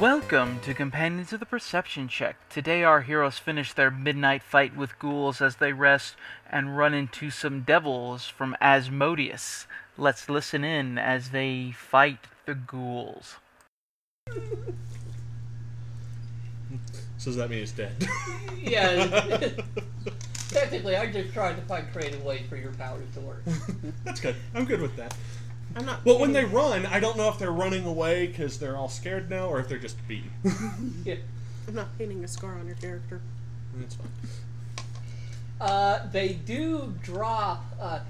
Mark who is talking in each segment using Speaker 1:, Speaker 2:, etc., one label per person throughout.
Speaker 1: Welcome to Companions of the Perception Check. Today, our heroes finish their midnight fight with ghouls as they rest and run into some devils from Asmodeus. Let's listen in as they fight the ghouls.
Speaker 2: So does that mean it's dead?
Speaker 3: Yeah. Technically, I just tried to find creative ways for your powers to work.
Speaker 2: That's good. I'm good with that.
Speaker 4: I'm not.
Speaker 2: Well, when they run, I don't know if they're running away because they're all scared now or if they're just beaten.
Speaker 3: Yeah.
Speaker 4: I'm not painting a scar on your character.
Speaker 2: That's fine.
Speaker 3: Uh, they do drop uh,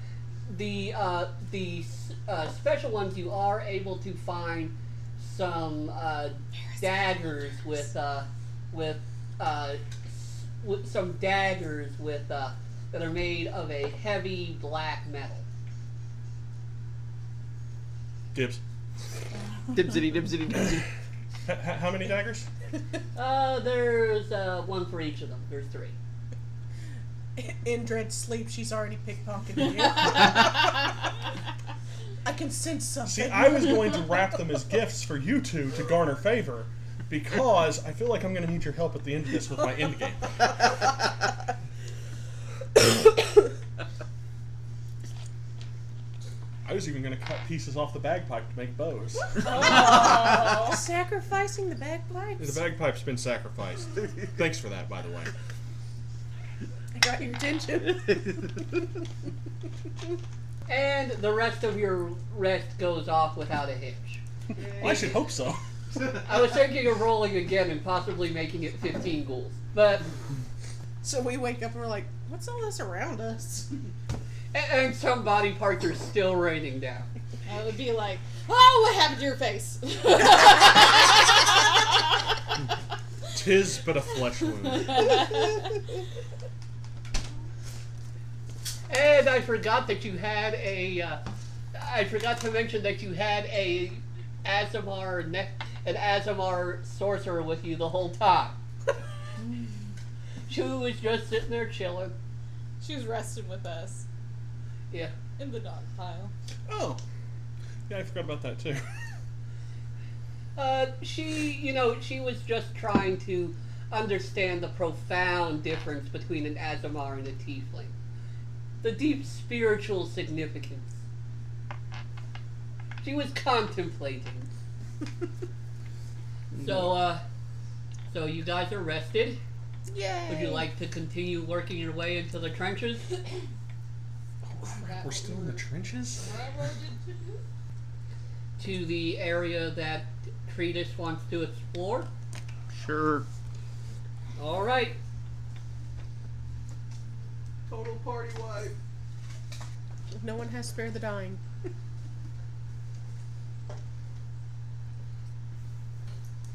Speaker 3: the uh, the s- uh, special ones. You are able to find some uh, daggers with uh, with, uh, s- with some daggers with uh, that are made of a heavy black metal.
Speaker 2: Gibbs.
Speaker 5: Dibsity, dibsity, dibsity.
Speaker 2: H- h- how many daggers?
Speaker 3: Uh, there's uh, one for each of them. There's three.
Speaker 4: In dread sleep, she's already pickpocketing you. I can sense
Speaker 2: See,
Speaker 4: something.
Speaker 2: I was going to wrap them as gifts for you two to garner favor because I feel like I'm going to need your help at the end of this with my end game. I was even going to cut pieces off the bagpipe to make bows.
Speaker 4: Sacrificing the bagpipes.
Speaker 2: The bagpipe's been sacrificed. Thanks for that, by the way.
Speaker 4: I got your attention.
Speaker 3: And the rest of your rest goes off without a hitch.
Speaker 2: I should hope so.
Speaker 3: I was thinking of rolling again and possibly making it 15 ghouls. But,
Speaker 4: so we wake up and we're like, what's all this around us?
Speaker 3: and- and some body parts are still raining down.
Speaker 6: I would be like, oh, what happened to your face?
Speaker 2: Tis but a flesh wound.
Speaker 3: And I forgot that you had a, uh, I forgot to mention that you had a Azamar, ne- an Azamar sorcerer with you the whole time. she was just sitting there chilling.
Speaker 6: she was resting with us
Speaker 3: Yeah.
Speaker 6: in the dog pile.
Speaker 2: Oh. Yeah, I forgot about that too.
Speaker 3: Uh, she, you know, she was just trying to understand the profound difference between an Azamar and a Tiefling. The deep spiritual significance. She was contemplating. so, uh, so you guys are rested.
Speaker 4: Yay!
Speaker 3: Would you like to continue working your way into the trenches?
Speaker 2: We're still in the trenches?
Speaker 3: to the area that Treatise wants to explore?
Speaker 5: Sure.
Speaker 3: All right.
Speaker 5: Total party wipe.
Speaker 4: No one has spared the dying.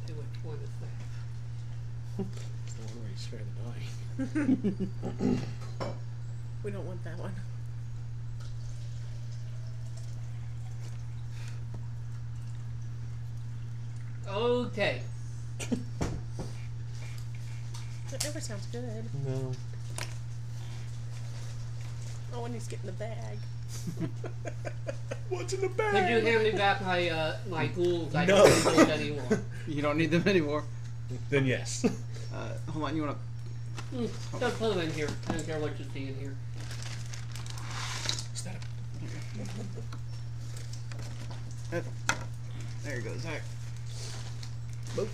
Speaker 3: To which one is that?
Speaker 4: We don't want that one.
Speaker 3: Okay.
Speaker 4: That never sounds good.
Speaker 2: No.
Speaker 4: Oh, when he's getting the bag.
Speaker 2: What's in the bag?
Speaker 3: Could you hand me back my uh, my ghouls? I
Speaker 2: No.
Speaker 3: don't need those anymore.
Speaker 5: You don't need them anymore.
Speaker 2: Then yes.
Speaker 5: Uh, hold on, you want to.
Speaker 3: Mm, Don't put them in here. I don't care what you see in here.
Speaker 2: Is that a-
Speaker 5: There you go, Zach. Boop.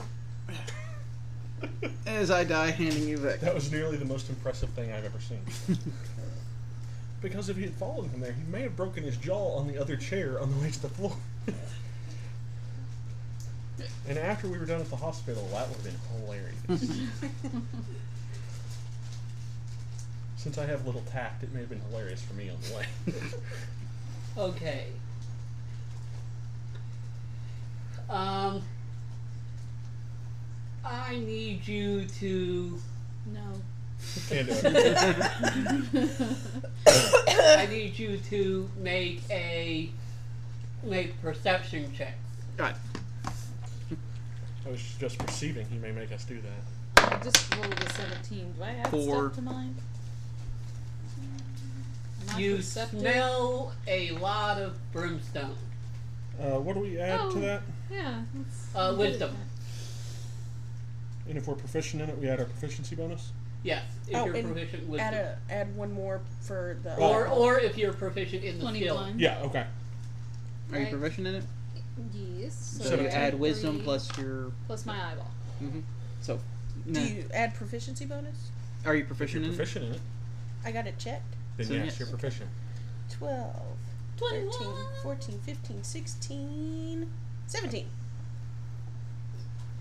Speaker 5: As I die, handing you back.
Speaker 2: That was nearly the most impressive thing I've ever seen. because if he had fallen from there, he may have broken his jaw on the other chair on the way to the floor. and after we were done at the hospital, that would have been hilarious. Since I have little tact, it may have been hilarious for me on the way.
Speaker 3: Okay. Um. I need you to.
Speaker 6: No.
Speaker 2: Can't do it.
Speaker 3: I need you to make a make perception checks.
Speaker 5: God.
Speaker 2: I was just perceiving he may make us do that.
Speaker 6: I just rolled a 17. Do I add
Speaker 5: Four.
Speaker 6: stuff to mine? My
Speaker 3: you
Speaker 6: perceptive-
Speaker 3: smell a lot of brimstone.
Speaker 2: Uh, what do we add
Speaker 6: Oh.
Speaker 2: to that?
Speaker 6: Yeah. that's-
Speaker 3: Uh,
Speaker 6: I'm good at
Speaker 3: wisdom.
Speaker 6: that.
Speaker 2: And if we're proficient in it, we add our proficiency bonus.
Speaker 5: Mm-hmm.
Speaker 3: Yes, if
Speaker 4: Oh,
Speaker 3: you're
Speaker 4: and
Speaker 3: proficient with
Speaker 4: Add
Speaker 3: the,
Speaker 4: a add one more for the
Speaker 3: or or if you're proficient in the skill.
Speaker 6: 21.
Speaker 2: Yeah, okay.
Speaker 5: Are you
Speaker 6: Right.
Speaker 5: proficient in it?
Speaker 6: Yes.
Speaker 5: So
Speaker 2: Seven.
Speaker 5: you add wisdom
Speaker 6: three
Speaker 5: plus your.
Speaker 6: plus my eyeball.
Speaker 5: hmm So,
Speaker 4: do
Speaker 5: nah.
Speaker 4: you add proficiency bonus?
Speaker 5: are you
Speaker 2: If
Speaker 7: Mm-hmm.
Speaker 2: you're
Speaker 5: proficient in it?
Speaker 2: proficient in it,
Speaker 4: I got it checked.
Speaker 2: then
Speaker 5: So
Speaker 2: yes,
Speaker 5: yes.
Speaker 2: you're proficient.
Speaker 4: 12, 13,
Speaker 6: 21.
Speaker 4: 14, 15, 16, 17.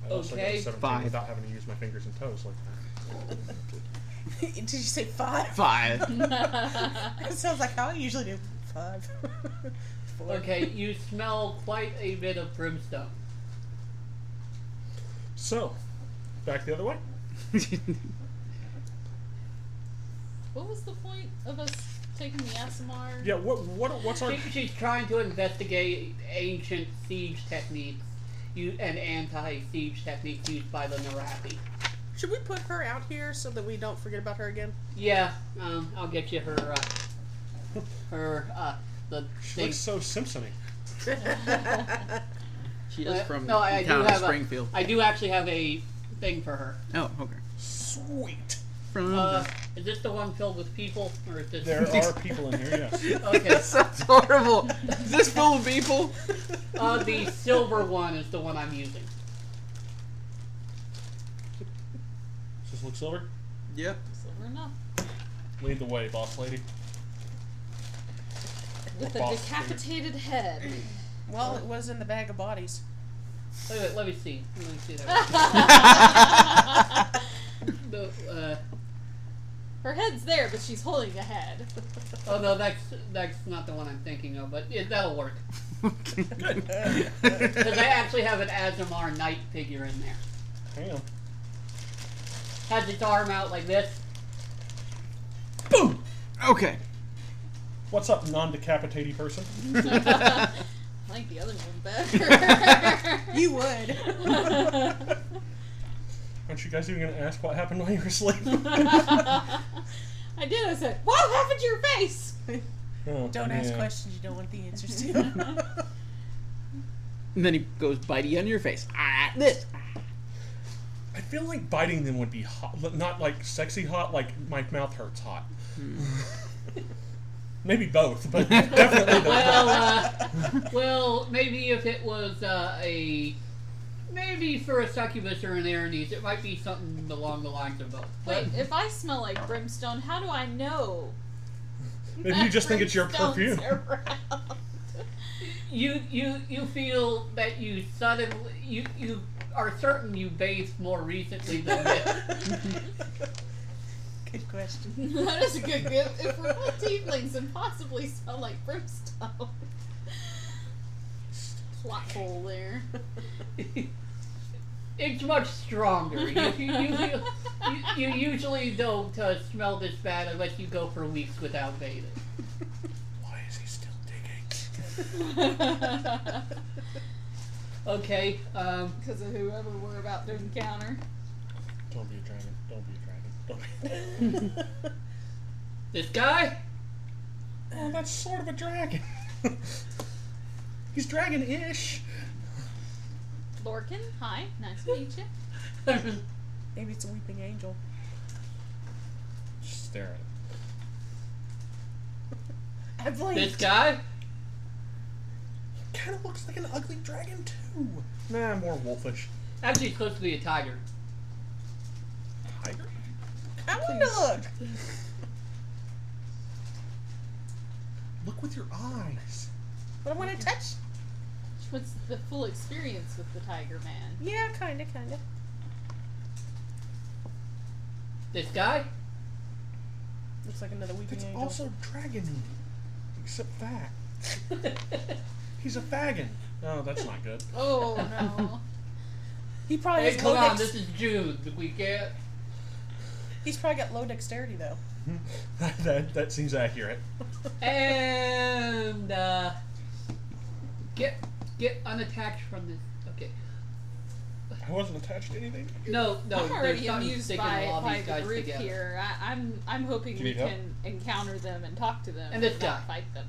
Speaker 2: I also got a
Speaker 3: Okay.
Speaker 2: 17
Speaker 5: Five.
Speaker 2: Without having to use my fingers and toes like that.
Speaker 4: Did you say five?
Speaker 5: Five.
Speaker 4: That sounds like how I usually do. Five. Four.
Speaker 3: Okay, you smell quite a bit of brimstone.
Speaker 2: So, back the other way.
Speaker 6: what was the point of us taking the ASMR?
Speaker 2: Yeah. What? What? What's our?
Speaker 3: She, she's trying to investigate ancient siege techniques you, and anti-siege techniques used by the Narathi.
Speaker 4: Should we put her out here so that we don't forget about her again?
Speaker 3: Yeah, um, I'll get you her, uh, her, uh, the
Speaker 2: She
Speaker 3: thing.
Speaker 2: looks so Simpson-y.
Speaker 5: she
Speaker 3: Uh,
Speaker 5: is from
Speaker 3: no, I, I
Speaker 5: the
Speaker 3: do
Speaker 5: town of
Speaker 3: have
Speaker 5: Springfield.
Speaker 3: A, I do actually have a thing for her.
Speaker 5: Oh, okay.
Speaker 2: Sweet.
Speaker 5: From
Speaker 3: Uh, is this the one filled with people, or is this?
Speaker 2: There are people in here. Yes.
Speaker 5: the-
Speaker 3: okay.
Speaker 5: that sounds horrible. Is this full of people?
Speaker 3: Uh, the silver one is the one I'm using.
Speaker 2: Does this look silver?
Speaker 5: Yep.
Speaker 6: Silver enough.
Speaker 2: Lead the way, boss lady.
Speaker 6: With a
Speaker 2: Boss.
Speaker 6: decapitated head.
Speaker 4: Well, it was in the bag of bodies.
Speaker 3: Wait, wait, let me see. Let me see that. one. no, uh,
Speaker 6: Her head's there, but she's holding a head.
Speaker 3: oh no, that's that's not the one I'm thinking of, but it, that'll work. Because I actually have an Azamar knight figure in there.
Speaker 2: Damn.
Speaker 3: Has its arm out like this.
Speaker 5: Boom. Okay.
Speaker 2: What's up, non-decapitated person?
Speaker 6: I like the other one better.
Speaker 4: You would.
Speaker 2: Aren't you guys even gonna ask what happened while you were asleep?
Speaker 6: I did. I said, "What happened to your face?"
Speaker 2: Oh,
Speaker 4: Don't ask
Speaker 2: yeah.
Speaker 4: questions you don't want the answers to.
Speaker 5: And then he goes bitey on your face. Ah, this.
Speaker 2: I feel like biting them would be hot, l- not like sexy hot, like my mouth hurts hot.
Speaker 4: Hmm.
Speaker 2: Maybe both, but definitely the
Speaker 3: Well, uh, well, maybe if it was uh, a maybe for a succubus or an Aranese, it might be something along the lines of both. But
Speaker 6: Wait, if I smell like brimstone, how do I know?
Speaker 2: Maybe you just think it's your
Speaker 6: Brimstone's
Speaker 2: perfume.
Speaker 6: around?
Speaker 3: you you you feel that you suddenly you you are certain you bathed more recently than this.
Speaker 4: Good question.
Speaker 6: that is a good gift. If we're both tieflings and possibly smell like brimstone. Plot hole there.
Speaker 3: it's much stronger. You, you, you, you, you, you usually don't uh, smell this bad unless you go for weeks without bathing.
Speaker 2: Why is he still digging?
Speaker 6: Because
Speaker 3: Okay, um,
Speaker 6: of whoever we're about to encounter.
Speaker 2: Don't be a dragon. Don't be a dragon. Don't be. A dragon.
Speaker 3: this guy?
Speaker 2: Oh, that's sort of a dragon. He's dragon-ish.
Speaker 6: Lorcan, hi. Nice to meet you.
Speaker 4: Maybe it's a weeping angel.
Speaker 2: Just stare at it.
Speaker 4: I blinked.
Speaker 3: this guy?
Speaker 2: kind of looks like an ugly dragon too. Nah, more wolfish.
Speaker 3: Actually, it's supposed to be a tiger.
Speaker 2: Tiger.
Speaker 4: I want to look.
Speaker 2: Look with your eyes.
Speaker 4: But I want to touch.
Speaker 6: What's the full experience with the Tiger Man?
Speaker 4: Yeah, kind of, kind of.
Speaker 3: This guy?
Speaker 4: Looks like another weeping
Speaker 2: That's
Speaker 4: angel.
Speaker 2: also dragon except fat. He's a fagin. Oh, that's not good.
Speaker 6: Oh no.
Speaker 4: he probably
Speaker 3: hey,
Speaker 4: has low
Speaker 3: come on,
Speaker 4: dex-
Speaker 3: this is Jude. We get.
Speaker 4: He's probably got low dexterity though.
Speaker 2: that, that that seems accurate.
Speaker 3: And, uh. Get, get unattached from this. Okay.
Speaker 2: I wasn't attached to anything.
Speaker 3: No, no,
Speaker 6: I'm already
Speaker 3: there's something
Speaker 6: amused
Speaker 3: sticking
Speaker 6: by,
Speaker 3: all
Speaker 6: by
Speaker 3: these
Speaker 6: the
Speaker 3: guys
Speaker 6: group
Speaker 3: together.
Speaker 6: here. I, I'm I'm hoping
Speaker 2: Do you
Speaker 6: we
Speaker 2: need help?
Speaker 6: can encounter them and talk to them
Speaker 3: And this
Speaker 6: not
Speaker 3: guy.
Speaker 6: fight them.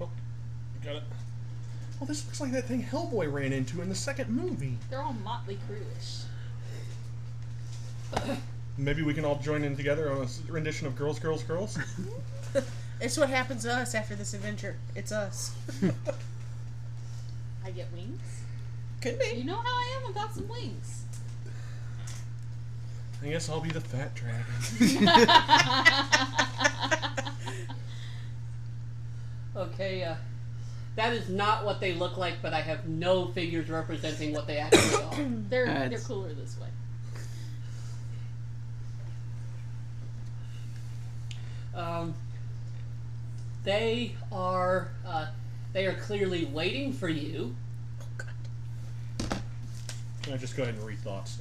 Speaker 2: Oh, got it. Well, this looks like that thing Hellboy ran into in the second movie.
Speaker 6: They're all motley crewish.
Speaker 2: Maybe we can all join in together on a s- rendition of Girls, Girls, Girls.
Speaker 4: It's what happens to us after this adventure. It's us.
Speaker 6: I get wings.
Speaker 4: Could
Speaker 6: You
Speaker 4: be.
Speaker 6: know how I am about some wings.
Speaker 2: I guess I'll be the fat dragon.
Speaker 3: Okay, uh, that is not what they look like, but I have no figures representing what they actually are.
Speaker 6: they're
Speaker 5: Uh,
Speaker 6: they're
Speaker 5: it's-
Speaker 6: cooler this way.
Speaker 3: Um, they are uh, they are clearly waiting for you.
Speaker 2: Can I just go ahead and read thoughts?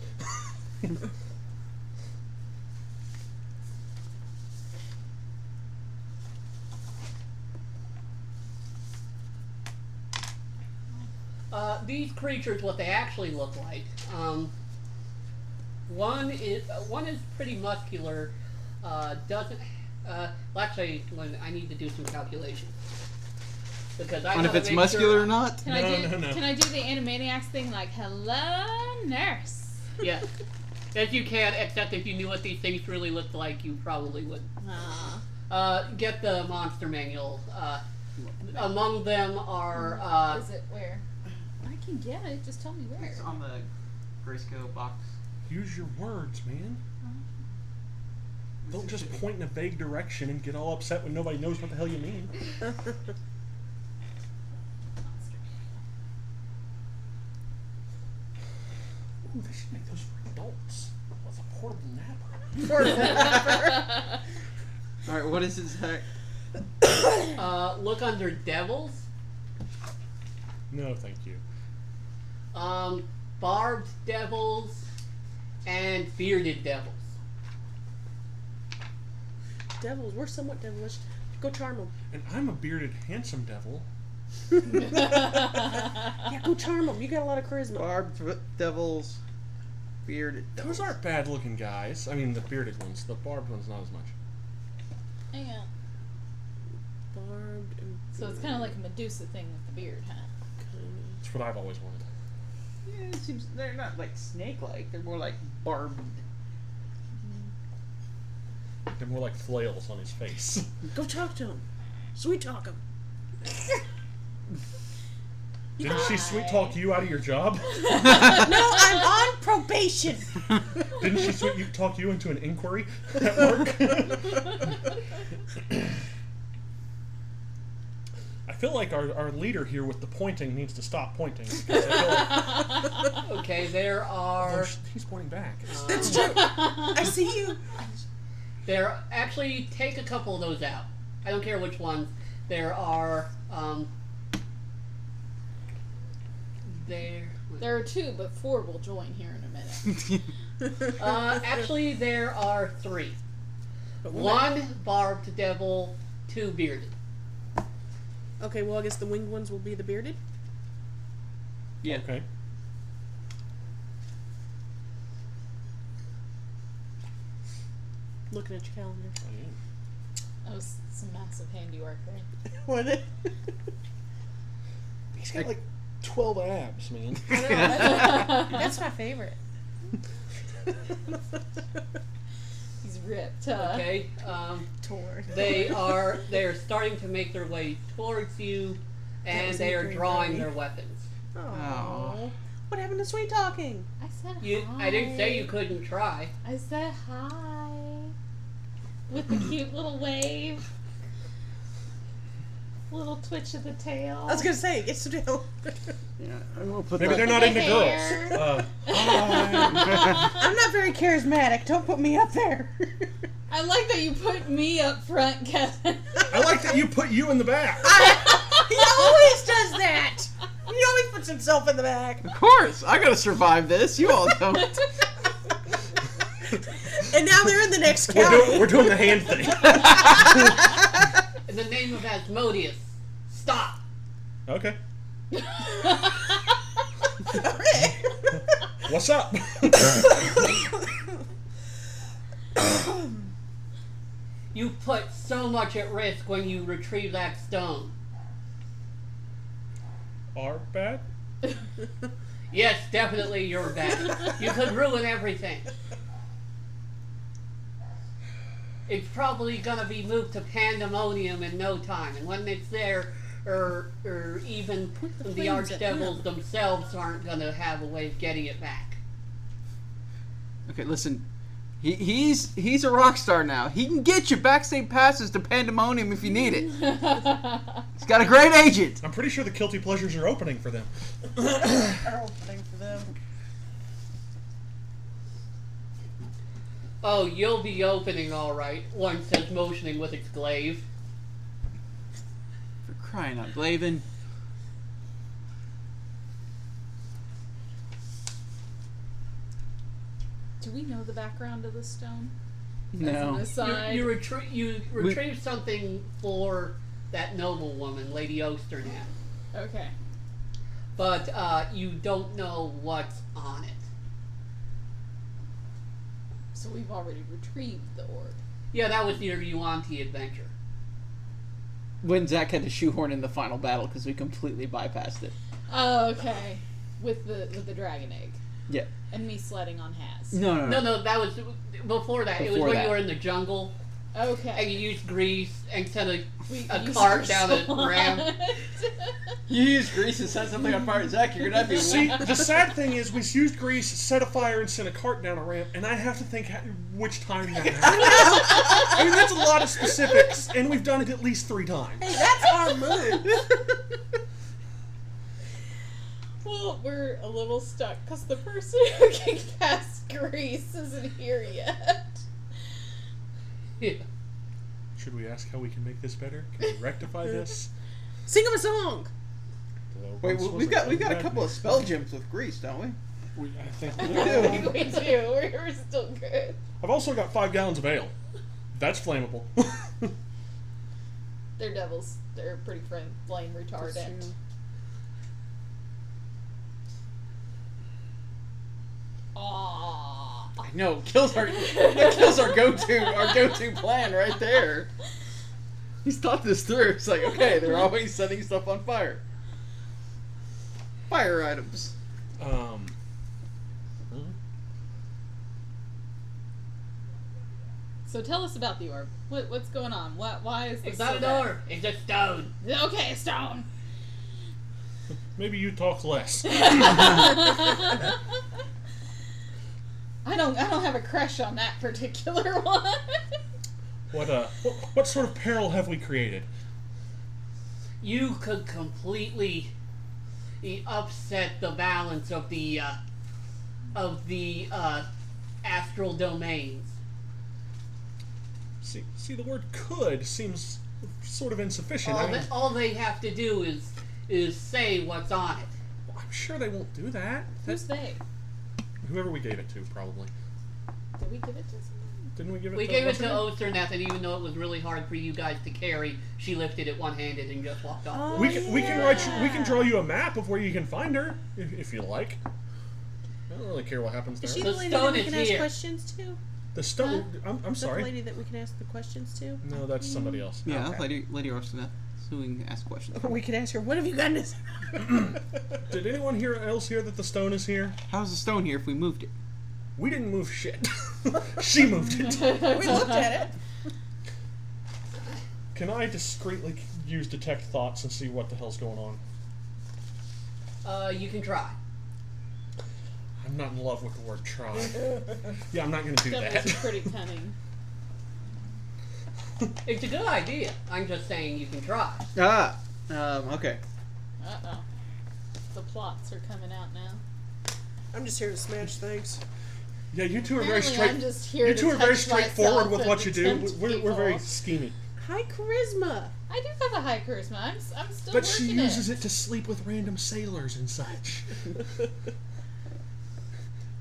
Speaker 3: Uh, these creatures, what they actually look like. Um, one is uh, one is pretty muscular. Uh, doesn't. Uh, well, actually, Lynn, I need to do some calculation because I
Speaker 5: On if
Speaker 3: gotta
Speaker 5: it's
Speaker 3: make
Speaker 5: muscular
Speaker 3: sure-
Speaker 5: or not.
Speaker 6: Can I
Speaker 2: No,
Speaker 6: do
Speaker 2: no, no.
Speaker 6: can I do the animaniacs thing like hello nurse?
Speaker 3: Yeah, as you can. Except if you knew what these things really looked like, you probably would.
Speaker 6: Aw.
Speaker 3: Uh, get the monster manual. Uh, among them are uh,
Speaker 6: Is it where? I can get it. Just tell me where.
Speaker 7: It's on the grayscale box.
Speaker 2: Use your words, man. Don't just point in a vague direction and get all upset when nobody knows what the hell you mean. Ooh, they should make those for adults with a portable napper.
Speaker 5: All right, what is his heck?
Speaker 3: uh, look under devils.
Speaker 2: No, thank you.
Speaker 3: um, barbed devils and bearded devils.
Speaker 4: Devils. We're somewhat devilish. Go charm them.
Speaker 2: And I'm a bearded, handsome devil.
Speaker 4: Yeah, go charm them. You got a lot of charisma.
Speaker 5: Barbed v- devils, bearded.
Speaker 2: Those aren't bad-looking guys. I mean, the bearded ones. The barbed ones, not as much.
Speaker 6: Hang on.
Speaker 4: Barbed and
Speaker 6: So it's kind of like a Medusa thing with the beard, huh?
Speaker 2: That's what I've always wanted.
Speaker 5: Yeah, it seems they're not like snake-like. They're more like barbed.
Speaker 2: They're more like flails on his face.
Speaker 4: Go talk to him. Sweet talk him.
Speaker 2: Didn't she sweet talk you out of your job?
Speaker 4: no, I'm on probation.
Speaker 2: Didn't she sweet you, talk you into an inquiry at work? I feel like our, our leader here with the pointing needs to stop pointing. Because I feel like,
Speaker 3: Okay, there
Speaker 2: oh,
Speaker 3: are
Speaker 2: sh- he's pointing back.
Speaker 4: That's true. I see you.
Speaker 3: there actually take a couple of those out. I don't care which ones. There are um, there.
Speaker 6: There are two, but four will join here in a minute.
Speaker 3: Uh, actually, there are three. One barbed devil, two bearded.
Speaker 4: Okay, well, I guess the winged ones will be the bearded.
Speaker 5: Yeah.
Speaker 2: Okay.
Speaker 4: Looking at your calendar.
Speaker 2: I am.
Speaker 6: That was some massive handiwork there.
Speaker 4: What?
Speaker 2: He's got like 12 abs, man.
Speaker 4: That's my favorite.
Speaker 6: He's ripped, huh?
Speaker 3: Okay. Um,
Speaker 4: Toward.
Speaker 3: they are they are starting to make their way towards you, and
Speaker 4: was
Speaker 3: they
Speaker 4: a
Speaker 3: are
Speaker 4: dream,
Speaker 3: drawing
Speaker 4: buddy.
Speaker 3: their weapons.
Speaker 4: Oh. What happened to sweet talking?
Speaker 6: I said
Speaker 3: You,
Speaker 6: hi.
Speaker 3: I didn't say you couldn't try.
Speaker 6: I said hi. With the cute little wave. Little twitch of the tail.
Speaker 4: I was gonna say it's the tail.
Speaker 5: Yeah, I'm gonna put
Speaker 2: Maybe they're
Speaker 5: that.
Speaker 2: not into
Speaker 6: Hair.
Speaker 2: girls. Uh, hi.
Speaker 4: I'm not very charismatic. Don't put me up there.
Speaker 6: I like that you put me up front, Kevin.
Speaker 2: I like that you put you in the back.
Speaker 4: he always does that. He always puts himself in the back.
Speaker 5: Of course, I gotta survive this. You all don't.
Speaker 4: And now they're in the next
Speaker 2: We're doing,
Speaker 4: county.
Speaker 2: we're doing the hand thing.
Speaker 3: In the name of Asmodeus, stop.
Speaker 2: Okay.
Speaker 4: Alright.
Speaker 2: What's up?
Speaker 3: You put so much at risk when you retrieve that stone.
Speaker 2: Are bad?
Speaker 3: Yes, definitely you're bad. You could ruin everything. it's probably gonna be moved to pandemonium in no time. And when it's there, or or even the,
Speaker 6: flames at
Speaker 3: archdevils
Speaker 6: him.
Speaker 3: themselves aren't gonna have a way of getting it back.
Speaker 7: Okay, listen. He, he's he's a rock star now. He can get you backstage passes to Pandemonium if you need it. He's got a great agent.
Speaker 2: I'm pretty sure the Guilty Pleasures are opening for them.
Speaker 4: Are opening for them.
Speaker 3: Oh, you'll be opening all right. One says, motioning with its glaive.
Speaker 7: For crying out, Glavin.
Speaker 6: Do we know the background of the stone? As an
Speaker 7: No.
Speaker 6: aside.
Speaker 3: You, you, retrieve you retrieve something for that noble woman, Lady Osternam,
Speaker 6: okay.
Speaker 3: but uh, you don't know what's on it.
Speaker 6: So we've already retrieved the orb.
Speaker 3: Yeah, that was your Yuanti adventure.
Speaker 7: When Zach had to shoehorn in the final battle because we completely bypassed it.
Speaker 6: Oh, okay. With the with the dragon egg.
Speaker 7: Yeah.
Speaker 6: And me sledding on Has.
Speaker 7: No, no,
Speaker 3: No, no, that was before that. it was
Speaker 7: Before
Speaker 3: when
Speaker 7: that.
Speaker 3: you were in the jungle and
Speaker 6: Okay.
Speaker 3: you used grease and sent a.
Speaker 6: We
Speaker 3: a
Speaker 6: used
Speaker 3: cart
Speaker 6: it
Speaker 3: down
Speaker 6: so
Speaker 3: a ram.
Speaker 6: much.
Speaker 7: You use grease and set something on fire, Zach. You're gonna have to
Speaker 2: See, the sad thing is, we used grease, set a fire, and sent a cart down a ramp, and I have to think how, which time that happened. I mean, that's a lot of specifics, and we've done it at least three times.
Speaker 4: Hey, that's our move.
Speaker 6: well, we're a little stuck because the person who can cast grease isn't here yet.
Speaker 2: Should we ask how we can make this better? Can we rectify this?
Speaker 4: Sing him a song.
Speaker 7: Wait, we- we've got we've got a couple of spell gems with grease, don't we?
Speaker 2: We, I think we
Speaker 7: We
Speaker 6: I
Speaker 7: do.
Speaker 6: think we do. We're, we're still good.
Speaker 2: I've also got five gallons of ale. That's flammable.
Speaker 6: They're devils. They're pretty friend, flame retardant. Aww.
Speaker 7: No, kills our that kills our go-to our go-to plan right there. He's thought this through. It's like okay, they're always setting stuff on fire. Fire items.
Speaker 2: Um,
Speaker 6: So tell us about the orb. What, what's going on? What? Why is this?
Speaker 3: It's not
Speaker 6: so
Speaker 3: an
Speaker 6: bad?
Speaker 3: orb, it's a stone.
Speaker 6: Okay, stone.
Speaker 2: maybe you talk less.
Speaker 6: I don't. I don't have a crush on that particular one.
Speaker 2: What uh, what, what sort of peril have we created?
Speaker 3: You could completely eh, upset the balance of the uh, of the uh, astral domains.
Speaker 2: See, see, the word "could" seems sort of insufficient.
Speaker 3: All,
Speaker 2: I
Speaker 3: that, all they have to do is is say what's on it.
Speaker 2: am sure they won't do that.
Speaker 6: Who's they?
Speaker 2: Whoever we gave it to, probably.
Speaker 6: Did we give it to someone?
Speaker 2: Didn't we give it?
Speaker 3: We
Speaker 2: to
Speaker 3: gave it
Speaker 2: what's
Speaker 3: to
Speaker 2: her name?
Speaker 3: Osterneth, and even though it was really hard for you guys to carry, she lifted it one handed and just walked off.
Speaker 2: We can, we can write you, we can draw you a map of where you can find her if, if you like. I don't really care what happens
Speaker 4: Is
Speaker 2: there.
Speaker 4: she
Speaker 3: The
Speaker 4: the lady that
Speaker 3: stone
Speaker 4: we
Speaker 3: is
Speaker 4: can ask
Speaker 3: here.
Speaker 4: questions to?
Speaker 2: the stone. I'm, I'm
Speaker 4: Is that the
Speaker 2: sorry.
Speaker 4: lady that we can ask the questions to?
Speaker 2: No, that's somebody else.
Speaker 7: Yeah,
Speaker 4: Okay.
Speaker 7: Lady Lady Orsina. So we can ask questions.
Speaker 4: We could ask her, what have you gotten us?
Speaker 2: Did anyone here else hear that the stone is here?
Speaker 7: How's the stone here if we moved it?
Speaker 2: We didn't move shit. she moved it.
Speaker 4: We looked at it.
Speaker 2: Can I discreetly use detect thoughts and see what the hell's going on? Oh.
Speaker 3: Uh, you can try.
Speaker 2: I'm not in love with the word try. yeah, I'm not gonna do
Speaker 6: That was
Speaker 2: that.
Speaker 6: pretty cunning.
Speaker 3: It's a good idea. I'm just saying you can try.
Speaker 7: Ah, um, okay.
Speaker 6: Uh oh. The plots are coming out now.
Speaker 4: I'm just here to smash things.
Speaker 2: yeah, you two are very
Speaker 6: Apparently,
Speaker 2: straight.
Speaker 6: I'm just here
Speaker 2: You
Speaker 6: to
Speaker 2: two are very
Speaker 6: touch myself
Speaker 2: straightforward with
Speaker 6: and
Speaker 2: what you do.
Speaker 6: tempt
Speaker 2: We're, we're very
Speaker 6: people.
Speaker 2: schemy.
Speaker 4: High charisma.
Speaker 6: I do have a high charisma. I'm, s- I'm still
Speaker 2: But she
Speaker 6: working
Speaker 2: uses
Speaker 6: it.
Speaker 2: it to sleep with random sailors and such.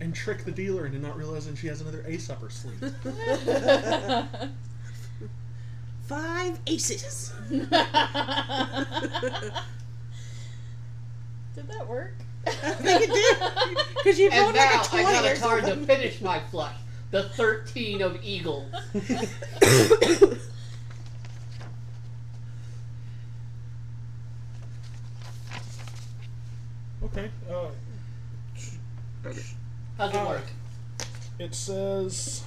Speaker 2: and trick the dealer into not realizing she has another ace up her sleeve.
Speaker 4: Five aces.
Speaker 6: Did that work?
Speaker 4: I think it did. Because you
Speaker 3: And
Speaker 4: rolled
Speaker 3: now
Speaker 4: like a
Speaker 3: I
Speaker 4: 20
Speaker 3: got
Speaker 4: or
Speaker 3: a card to
Speaker 4: something.
Speaker 3: finish my flush. The 13 of Eagles.
Speaker 2: Okay. Uh, Oh.
Speaker 3: How's it work?
Speaker 2: it says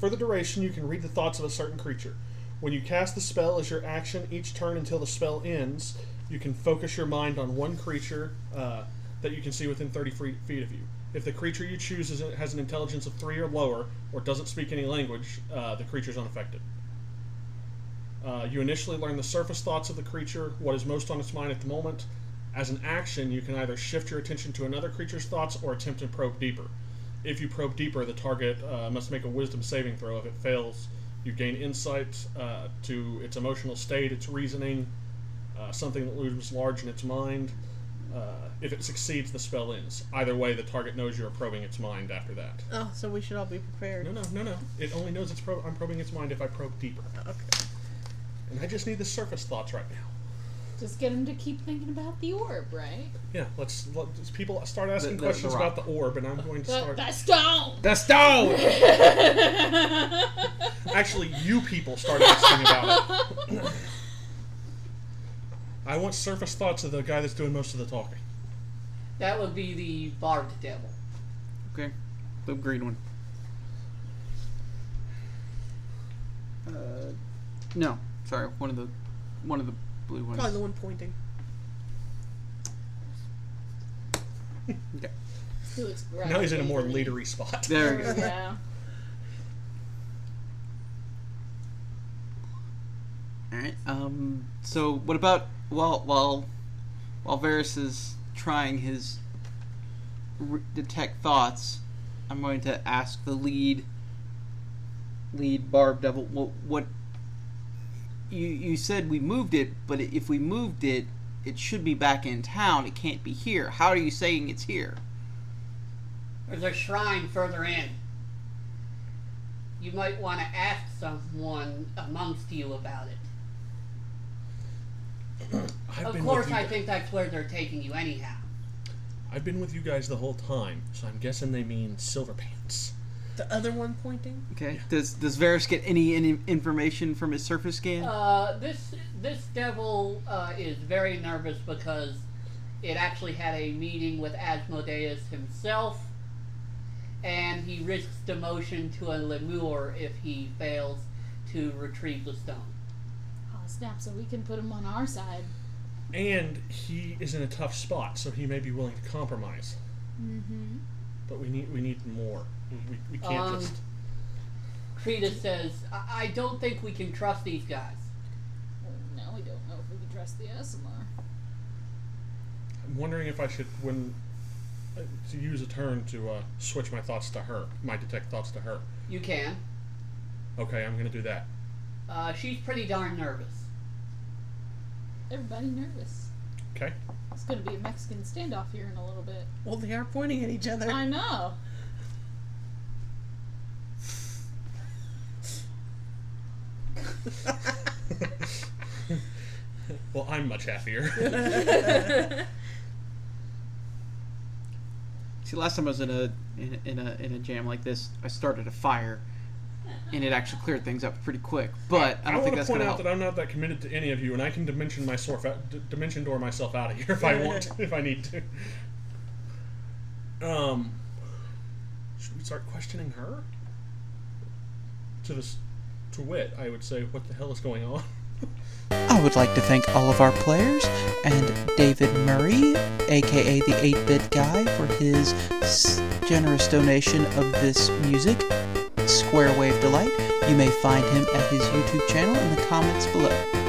Speaker 2: For the duration, you can read the thoughts of a certain creature. When you cast the spell as your action each turn until the spell ends, you can focus your mind on one creature uh, that you can see within 30 free- feet of you. If the creature you choose is, has an intelligence of three or lower, or doesn't speak any language, uh, the creature is unaffected. Uh, you initially learn the surface thoughts of the creature, what is most on its mind at the moment. As an action, you can either shift your attention to another creature's thoughts or attempt to probe deeper. If you probe deeper, the target uh, must make a wisdom saving throw. If it fails, you gain insight uh, to its emotional state, its reasoning, uh, something that looms large in its mind. Uh, if it succeeds, the spell ends. Either way, the target knows you are probing its mind after that.
Speaker 4: Oh, so we should all be prepared.
Speaker 2: No, no, no, no. It only knows it's prob- I'm probing its mind if I probe deeper.
Speaker 4: Okay.
Speaker 2: And I just need the surface thoughts right now.
Speaker 6: Just get him to keep thinking about the orb, right?
Speaker 2: Yeah, let's let let's- people start asking
Speaker 7: The- the-
Speaker 2: questions
Speaker 7: the
Speaker 2: about
Speaker 7: rock.
Speaker 2: the orb, and I'm going to
Speaker 6: But
Speaker 2: start.
Speaker 6: that's gone.
Speaker 7: The stone.
Speaker 2: Actually, you people start asking about it. I want surface thoughts of the guy that's doing most of the talking.
Speaker 3: That would be the barbed devil.
Speaker 7: Okay, the green one. Uh, no, sorry, one of the, one of the blue ones.
Speaker 4: Probably the one pointing.
Speaker 7: Okay.
Speaker 6: Who looks bright
Speaker 2: Now he's in a
Speaker 6: and
Speaker 2: more
Speaker 6: green.
Speaker 2: leadery spot.
Speaker 7: There we go.
Speaker 6: Yeah.
Speaker 7: All right. Um. So what about while while while Varys is trying his r detect thoughts, I'm going to ask the lead lead Barb Devil what what you you said we moved it, but if we moved it, it should be back in town. It can't be here. How are you saying it's here?
Speaker 3: There's a shrine further in. You might want to ask someone amongst you about it.
Speaker 2: I've
Speaker 3: of
Speaker 2: been
Speaker 3: course,
Speaker 2: with you
Speaker 3: I
Speaker 2: guys-
Speaker 3: think that's where they're taking you, anyhow.
Speaker 2: I've been with you guys the whole time, so I'm guessing they mean silver pants.
Speaker 4: The other one pointing?
Speaker 7: Okay. Does does Varys get any, any information from his surface scan?
Speaker 3: Uh, this this devil uh, is very nervous because it actually had a meeting with Asmodeus himself, and he risks demotion to a lemur if he fails to retrieve the stone.
Speaker 6: Oh snap! So we can put him on our side.
Speaker 2: And he is in a tough spot, so he may be willing to compromise.
Speaker 6: Mm-hmm.
Speaker 2: But we need we need more. We, we can't
Speaker 3: Um,
Speaker 2: just.
Speaker 3: Krita says, I-, "I don't think we can trust these guys."
Speaker 6: Now we don't know if we can trust the ASMR.
Speaker 2: I'm wondering if I should when uh, to use a turn to uh, switch my thoughts to her, my detect thoughts to her.
Speaker 3: You can.
Speaker 2: Okay, I'm gonna do that.
Speaker 3: Uh, she's pretty darn nervous.
Speaker 6: Everybody nervous.
Speaker 2: Okay.
Speaker 6: It's gonna be a Mexican standoff here in a little bit.
Speaker 4: Well, they are pointing at each other.
Speaker 6: I know.
Speaker 2: well, I'm much happier.
Speaker 7: See, last time I was in a in, in a in a jam like this, I started a fire, and it actually cleared things up pretty quick. But I
Speaker 2: I
Speaker 7: don't
Speaker 2: want
Speaker 7: think
Speaker 2: to
Speaker 7: that's
Speaker 2: point
Speaker 7: gonna
Speaker 2: out
Speaker 7: help.
Speaker 2: that I'm not that committed to any of you, and I can dimension my sorf- d- dimension door myself out of here if I want, to, if I need to. Um, should we start questioning her? To this, to wit, I would say, what the hell is going on?
Speaker 8: I would like to thank all of our players and David Murray, aka the 8 bit guy, for his s- generous donation of this music, Square Wave Delight. You may find him at his YouTube channel in the comments below.